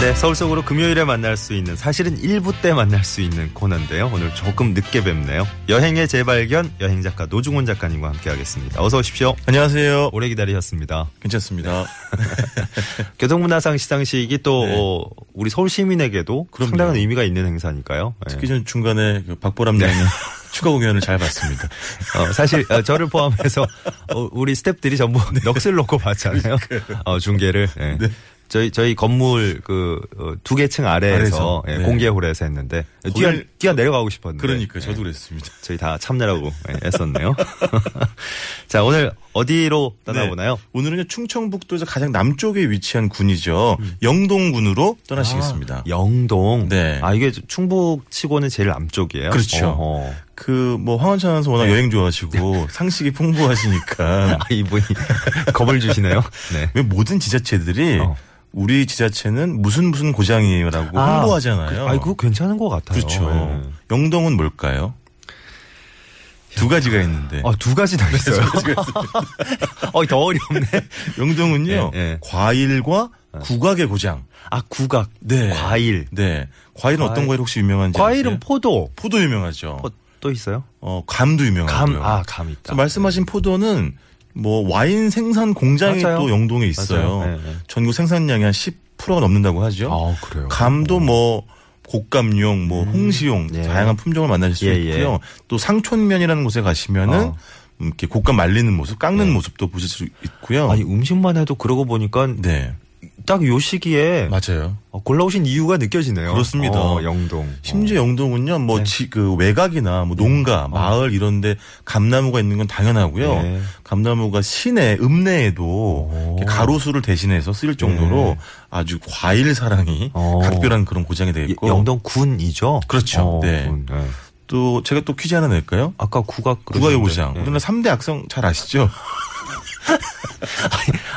네, 서울 속으로 금요일에 만날 수 있는 사실은 1부 때 만날 수 있는 코너인데요. 오늘 조금 늦게 뵙네요. 여행의 재발견 여행 작가 노중훈 작가님과 함께하겠습니다. 어서 오십시오. 안녕하세요. 오래 기다리셨습니다. 괜찮습니다. 네. 교통문화상 시상식이 또 네. 어, 우리 서울 시민에게도 그럼요. 상당한 의미가 있는 행사니까요. 예. 특히 전 중간에 그 박보람 네. 양의 추가 공연을 잘 봤습니다. 어, 사실 어, 저를 포함해서 어, 우리 스탭들이 전부 네. 넋을 놓고 봤잖아요. 어, 중계를. 예. 저희 저희 건물 그 두 개 층 아래에서 아래에서. 예, 네. 공개홀에서 했는데 뛰어 거기를- 뛰어 내려가고 싶었는데 네. 그러니까 저도 그랬습니다. 저희 다 참느라고 예, 애썼네요. 자, 오늘 어디로 떠나보나요? 네. 오늘은요 충청북도에서 가장 남쪽에 위치한 군이죠. 음. 영동군으로 떠나시겠습니다. 아. 예. 영동. 네. 아, 이게 충북 치고는 제일 남쪽이에요. 그렇죠. 어허. 그 뭐 황원찬에서 네. 워낙 여행 좋아하시고 상식이 풍부하시니까 아, 이분이 겁을 주시네요. 네. 왜 모든 지자체들이 어. 우리 지자체는 무슨 무슨 고장이에요라고 홍보하잖아요. 아, 그거 괜찮은 것 같아요. 그렇죠. 네. 영동은 뭘까요? 두 가지가 있는데. 아, 두 가지 다 있어요. 어, 더 어렵네. 영동은요 예, 예. 과일과 국악의 고장. 아, 국악. 네. 과일. 네. 과일은 과일. 어떤 과일 혹시 유명한지? 과일은 아세요? 포도. 포도 유명하죠. 어, 또 있어요? 어, 감도 감. 유명하고요. 아, 감 있다. 그래서 말씀하신 포도는 뭐 와인 생산 공장이 맞아요. 또 영동에 있어요. 맞아요. 네, 네. 전국 생산량이 한 10%가 넘는다고 하죠. 아, 그래요. 감도 뭐 곶감용, 뭐 홍시용 예. 다양한 품종을 만나실 수 예, 예. 있고요. 또 상촌면이라는 곳에 가시면은 어. 예. 음, 이렇게 곶감 말리는 모습, 깎는 모습도 보실 수 있고요. 아니, 음식만 해도 그러고 보니까 네, 딱 요 시기에 맞아요. 어, 골라오신 이유가 느껴지네요. 그렇습니다. 어, 네. 영동. 심지어 영동은요, 뭐, 지, 그, 외곽이나, 뭐, 농가, 마을 이런데 감나무가 있는 건 당연하고요. 어. 네. 감나무가 시내, 읍내에도 이렇게 가로수를 대신해서 쓸 정도로 아주 과일 사랑이 네. 어. 각별한 그런 고장이 어, 되겠고. 예, 영동군이죠. 그렇죠. 네. 군, 네. 또, 제가 또 퀴즈 하나 낼까요? 아까 국악 국가의 그러셨는데. 보장. 네. 우리나라 3대 악성 잘 아시죠?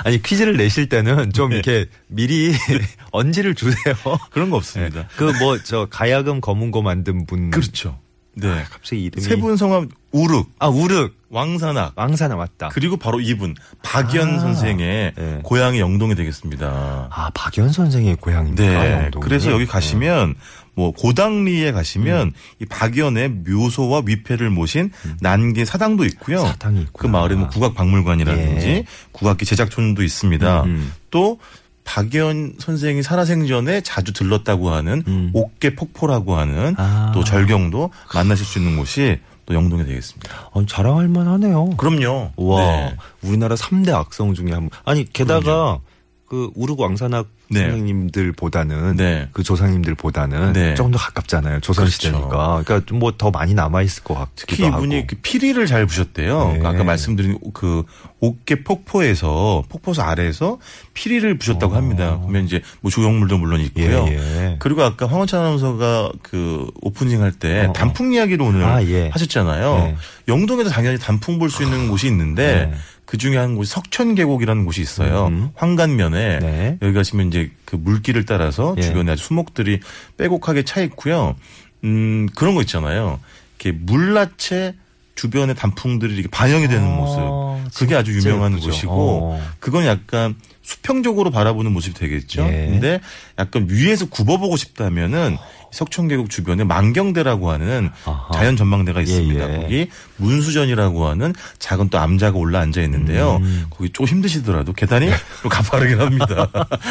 아니 퀴즈를 내실 때는 좀 네. 이렇게 미리 언지를 주세요. 그런 거 없습니다. 그 뭐 저 가야금 검은고 만든 분. 그렇죠. 네. 갑자기 이름이 세 분 성함, 우륵, 아 우륵 왕산악. 왕사나 왔다. 그리고 바로 이분 박연 아. 선생의 네. 고향이 영동이 되겠습니다. 아 박연 선생의 고향입니다. 네. 아, 영동이. 그래서 여기 가시면 네. 뭐 고당리에 음. 가시면 이 박연의 묘소와 위패를 모신 난계 사당도 있고요. 사당이 그 있구나. 마을에 뭐 국악박물관이라든지 예. 국악기 제작촌도 있습니다. 음, 음. 또 박연 선생이 살아생전에 자주 들렀다고 하는 음. 옥계 폭포라고 하는 아. 또 절경도 만나실 수 있는 곳이 또 영동이 되겠습니다. 어, 자랑할 만하네요. 그럼요. 와 네. 우리나라 3대 악성 중에 한 분. 아니 게다가 그 우르 왕산악 네. 선생님들보다는 네. 그 조상님들보다는 네. 그렇죠. 조금 더 가깝잖아요 조선 시대니까. 그러니까 뭐 더 많이 남아 있을 것 특히 같기도 하고. 이분이 그 피리를 잘 부셨대요. 그러니까 네. 아까 말씀드린 그 옥계 폭포에서 폭포수 아래에서 피리를 부셨다고 합니다. 그러면 이제 뭐 조형물도 물론 있고요. 어. 예, 예. 그리고 아까 황원찬 아나운서가 그 오프닝 할 때 어. 단풍 이야기로 오늘 아, 예. 하셨잖아요. 네. 영동에도 당연히 단풍 볼 수 있는 곳이 있는데 네. 그 중에 한 곳이 석천계곡이라는 곳이 있어요. 음. 황간면에 네. 여기 가시면 이제 그 물길을 따라서 예. 주변에 아주 수목들이 빼곡하게 차 있고요. 음, 그런 거 있잖아요. 이렇게 물라채 주변에 단풍들이 이렇게 반영이 되는 아, 모습. 그게 아주 진짜 유명한 예쁘죠. 곳이고 어. 그건 약간 수평적으로 바라보는 모습이 되겠죠. 예. 근데 약간 위에서 굽어보고 싶다면은 석천계곡 주변에 만경대라고 하는 아하. 자연 전망대가 있습니다. 예, 예. 거기 문수전이라고 하는 작은 또 암자가 올라 앉아 있는데요. 음. 거기 좀 힘드시더라도 계단이 네. 좀 가파르긴 합니다.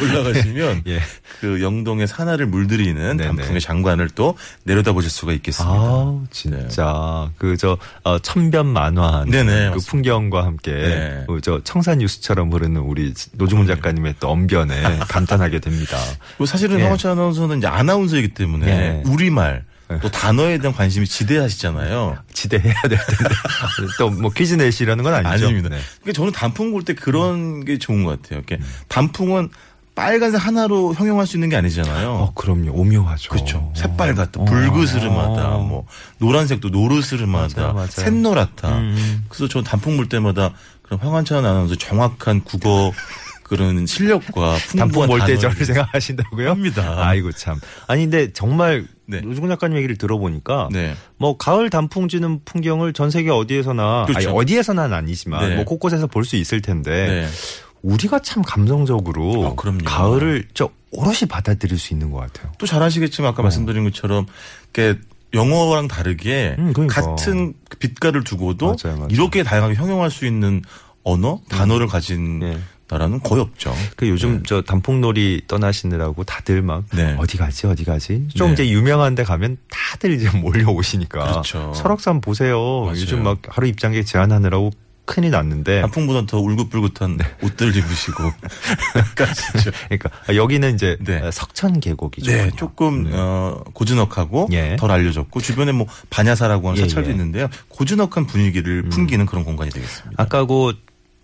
올라가시면 예. 그 영동의 산하를 물들이는 네네. 단풍의 장관을 또 내려다보실 수가 있겠습니다. 아우 진짜 그 저 천변 만화한 그 네네, 맞습니다. 풍경과 함께 네. 아, 그저 청산 뉴스처럼 흐르는 우리 노중훈 작가님의 또 언변에 감탄하게 됩니다. 그리고 뭐 사실은 예. 황원찬 아나운서는 이제 아나운서이기 때문에 예. 우리말 또 단어에 대한 관심이 지대하시잖아요. 지대해야 될 텐데 또 뭐 퀴즈 내시라는 건 아니죠? 아닙니다. 네. 그러니까 저는 단풍 볼 때 음. 그런 게 좋은 것 같아요. 이렇게 단풍은 빨간색 하나로 형용할 수 있는 게 아니잖아요. 어 그럼요 오묘하죠. 그렇죠. 새빨갛다, 붉으스름하다, 어. 뭐 노란색도 노르스름하다, 맞아요, 음, 맞아요. 샛노랗다. 그래서 저는 단풍 볼 때마다 그럼 황환찬 아나운서 정확한 국어 그런 실력과 단풍 풍부한 월대절을 단어를 생각하신다고요? 합니다. 아이고 참. 아니 근데 정말 네. 노중훈 작가님 얘기를 들어보니까 네. 뭐 가을 단풍 지는 풍경을 전 세계 어디에서나 그렇죠. 아니 어디에서나는 아니지만 네. 뭐 곳곳에서 볼 수 있을 텐데 네. 우리가 참 감성적으로 아, 그럼요. 가을을 저 오롯이 받아들일 수 있는 것 같아요. 또 잘 아시겠지만 네. 아까 말씀드린 것처럼 이렇게 영어랑 다르게 음, 그러니까. 같은 그 빛깔을 두고도 맞아요, 맞아요. 이렇게 다양하게 형용할 수 있는 언어 단어를 가진 네. 나라는 거의 없죠. 그 요즘 저 단풍놀이 떠나시느라고 다들 막 네. 어디 가지 어디 가지 좀 네. 이제 유명한 데 가면 다들 이제 몰려오시니까 그렇죠. 설악산 보세요 맞아요. 아, 요즘 막 하루 입장객 제한하느라고 큰일 났는데 단풍보다 더 네. 울긋불긋한 옷들 입으시고 가시죠. 그러니까 여기는 이제 어, 네. 석천 계곡이죠. 네, 조금 어, 고즈넉하고 예. 덜 알려졌고 주변에 뭐 반야사라고 하는 예, 사찰도 예. 음. 있는데요. 고즈넉한 분위기를 풍기는 그런 공간이 되겠습니다. 아까 그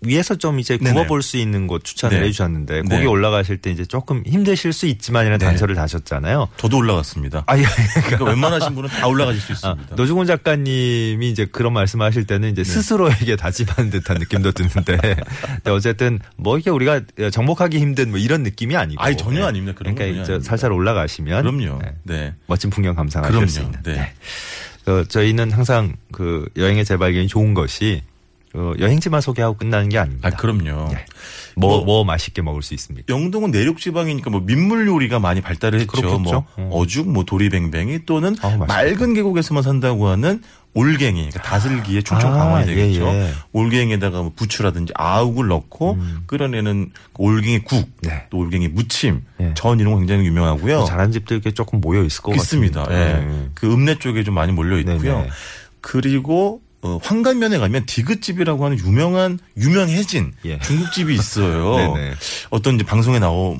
위에서 좀 이제 네네. 굽어볼 수 있는 곳 추천을 네. 해주셨는데 네. 거기 올라가실 때 이제 조금 힘드실 수 있지만이라는 네. 단서를 다셨잖아요. 저도 올라갔습니다. 아, 예. 그러니까 웬만하신 분은 다 올라가실 수 아, 있습니다. 네. 노중훈 작가님이 이제 그런 말씀하실 때는 이제 스스로에게 다짐하는 듯한 느낌도 드는데 근데 어쨌든 뭐 이게 우리가 정복하기 힘든 뭐 이런 느낌이 아니고 아니, 전혀 아닙니다. 그런 건 전혀 그러니까 이제 아닙니다. 살살 올라가시면 그럼요. 네, 네. 멋진 풍경 감상하실 그럼요. 수 있는. 네. 그 저희는 항상 그 여행의 재발견이 좋은 것이 어, 여행지만 소개하고 끝나는 게 아닙니다. 아, 그럼요. 예. 뭐, 뭐- 뭐 맛있게 먹을 수 있습니까? 영동은 내륙 지방이니까 뭐 민물 요리가 많이 발달을 했죠. 그렇겠죠. 뭐 음. 어죽, 뭐 도리뱅뱅이 또는 아, 맛있겠다. 맑은 계곡에서만 산다고 하는 올갱이, 그러니까 다슬기의 충청 아, 강화이 되겠죠. 예, 예. 올갱이에다가 뭐 부추라든지 아욱을 넣고 끓여내는 그 올갱이 국, 음. 네. 또 올갱이 무침, 예. 뭐 전 이런 거 굉장히 유명하고요. 잘한 집도 이렇게 조금 모여 있을 것 어. 있습니다. 같습니다. 네. 예. 그 읍내 쪽에 좀 많이 몰려 있고요. 네네. 그리고 어, 황간면에 가면 디귿집이라고 하는 유명한 유명해진 예. 중국집이 있어요. 네네. 어떤 이제 방송에 나오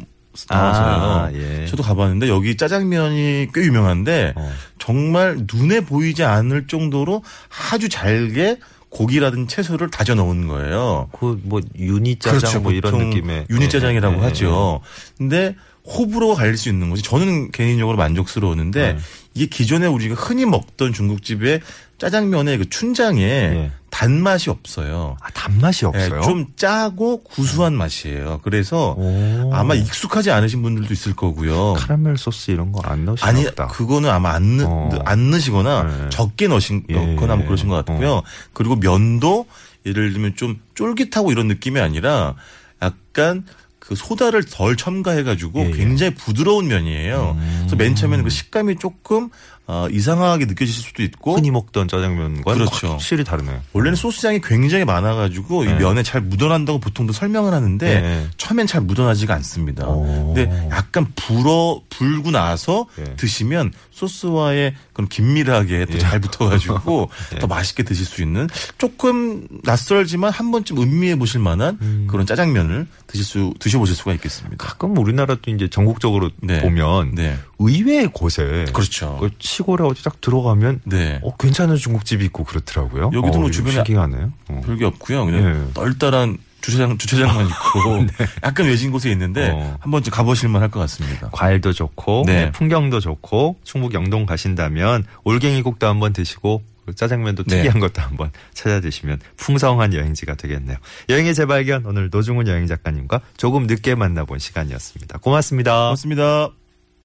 나와서요. 아, 예. 저도 가봤는데 여기 짜장면이 꽤 유명한데 어. 정말 눈에 보이지 않을 정도로 아주 잘게 고기라든 채소를 다져 넣은 거예요. 그뭐 유니 짜장 뭐 이런 그렇죠. 보통 느낌의 유니짜장이라고 예, 예, 하죠. 근데 호불호 가 갈릴 수 있는 거지. 저는 개인적으로 만족스러웠는데 네. 이게 기존에 우리가 흔히 먹던 중국집의 짜장면의 그 춘장에 예. 단맛이 없어요. 아, 단맛이 예, 없어요. 좀 짜고 구수한 맛이에요. 그래서 오. 아마 익숙하지 않으신 분들도 있을 거고요. 카라멜 소스 이런 거 안 넣으시나 아니 보다. 그거는 아마 안, 넣, 어. 안 넣으시거나 네. 적게 넣으신 예. 어. 넣거나 뭐 그러신 것 같고요. 그리고 면도 예를 들면 좀 쫄깃하고 이런 느낌이 아니라 약간 그 소다를 덜 첨가해가지고 예, 예. 굉장히 부드러운 면이에요. 그래서 맨 처음에는 그 식감이 조금 어, 이상하게 느껴지실 수도 있고 흔히 먹던 짜장면과는 그렇죠. 확실히 다르네요. 원래는 소스장이 굉장히 많아가지고 네. 이 면에 잘 묻어난다고 보통도 설명을 하는데 네. 처음엔 잘 묻어나지가 않습니다. 오. 근데 약간 불어 불고 나서 네. 드시면 소스와의 그런 긴밀하게 예. 또 잘 붙어가지고 네. 더 맛있게 드실 수 있는 조금 낯설지만 한 번쯤 음미해 보실 만한 그런 짜장면을 드실 수 드셔보실 수가 있겠습니다. 가끔 우리나라도 이제 전국적으로 네. 보면 네, 의외의 곳에 그렇죠. 그 시골에 어디 딱 들어가면 네. 어, 괜찮은 중국집이 있고 그렇더라고요. 여기도 어, 뭐 이거 주변에 신기하네요. 어. 별게 없고요. 그냥 예. 네. 떨떠란 주차장 주차장만 있고 약간 외진 곳에 있는데 어. 한 번쯤 가보실만 할 것 같습니다. 과일도 좋고 그렇죠. 네. 네, 풍경도 좋고 충북 영동 가신다면 올갱이국도 한번 드시고 그 짜장면도 네. 특이한 것도 한번 찾아 드시면 풍성한 여행지가 되겠네요. 여행의 재발견 오늘 노중훈 여행 작가님과 조금 늦게 만나본 시간이었습니다. 고맙습니다. 고맙습니다.